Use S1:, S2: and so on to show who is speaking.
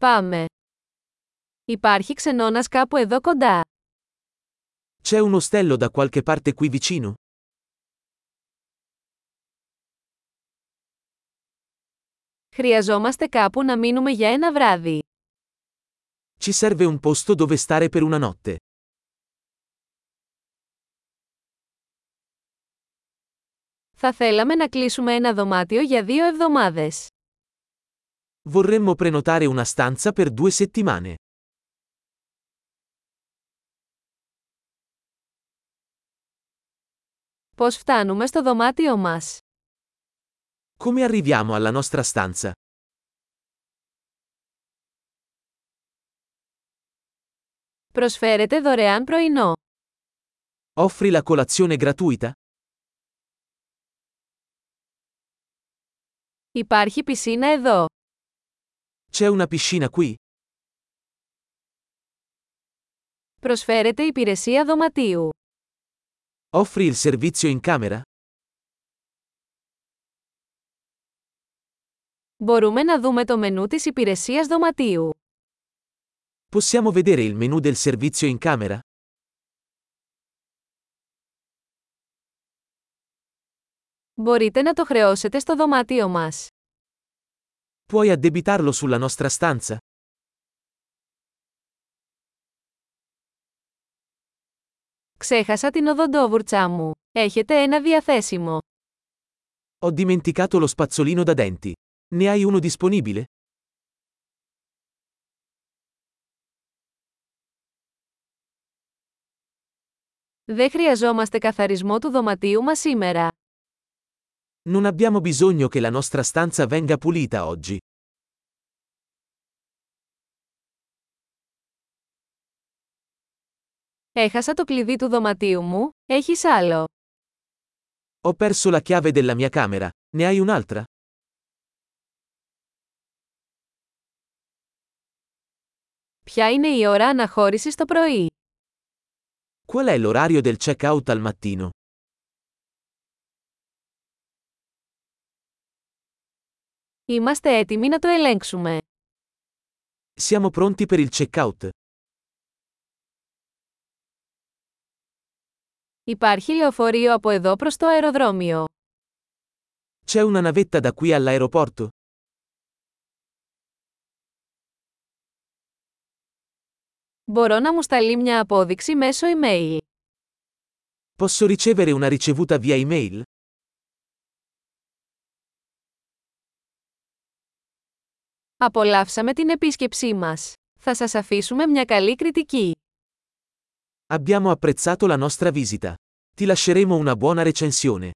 S1: Πάμε. Υπάρχει ξενώνας κάπου εδώ κοντά.
S2: C'è un ostello da qualche parte qui vicino?
S1: Χρειαζόμαστε κάπου να μείνουμε για ένα βράδυ.
S2: Ci serve un posto dove stare per una notte.
S1: Θα θέλαμε να κλείσουμε ένα δωμάτιο για δύο εβδομάδες.
S2: Vorremmo prenotare una stanza per due settimane.
S1: Πώς φτάνουμε στο δωμάτιο μας.
S2: Come arriviamo alla nostra stanza?
S1: Προσφέρετε δωρεάν πρωινό.
S2: Offri la colazione gratuita?
S1: Υπάρχει πισίνα εδώ.
S2: C'è una piscina qui?
S1: Προσφέρετε υπηρεσία δωματίου.
S2: Offri il servizio in camera?
S1: Μπορούμε να δούμε το μενού της υπηρεσίας δωματίου.
S2: Possiamo vedere il menu del servizio in camera?
S1: Μπορείτε να το χρεώσετε στο δωμάτιο μας.
S2: Puoi addebitarlo sulla nostra stanza?
S1: Ξέχασα την οδοντόβουρτσά μου. Έχετε ένα διαθέσιμο.
S2: Ho dimenticato lo spazzolino da denti. Ne hai uno disponibile?
S1: Δεν χρειαζόμαστε καθαρισμό του δωματίου μας σήμερα.
S2: Non abbiamo bisogno che la nostra stanza venga pulita oggi.
S1: Έχασα το κλειδί του δωματίου μου, έχεις άλλο.
S2: Ho perso la chiave della mia camera. Ne hai un'altra?
S1: Ποια είναι η ώρα αναχώρησης το πρωί.
S2: Qual è l'orario del check-out al mattino?
S1: Είμαστε έτοιμοι να το ελέγξουμε.
S2: Siamo pronti per il check-out.
S1: Υπάρχει λεωφορείο από εδώ προς το αεροδρόμιο.
S2: C'è una navetta da qui all'aeroporto?
S1: Μπορώ να μου σταλεί μια απόδειξη μέσω email.
S2: Posso ricevere una ricevuta via email?
S1: Απολαύσαμε την επίσκεψή μας. Θα σας αφήσουμε μια καλή κριτική.
S2: Abbiamo apprezzato la nostra visita. Ti lasceremo una buona recensione.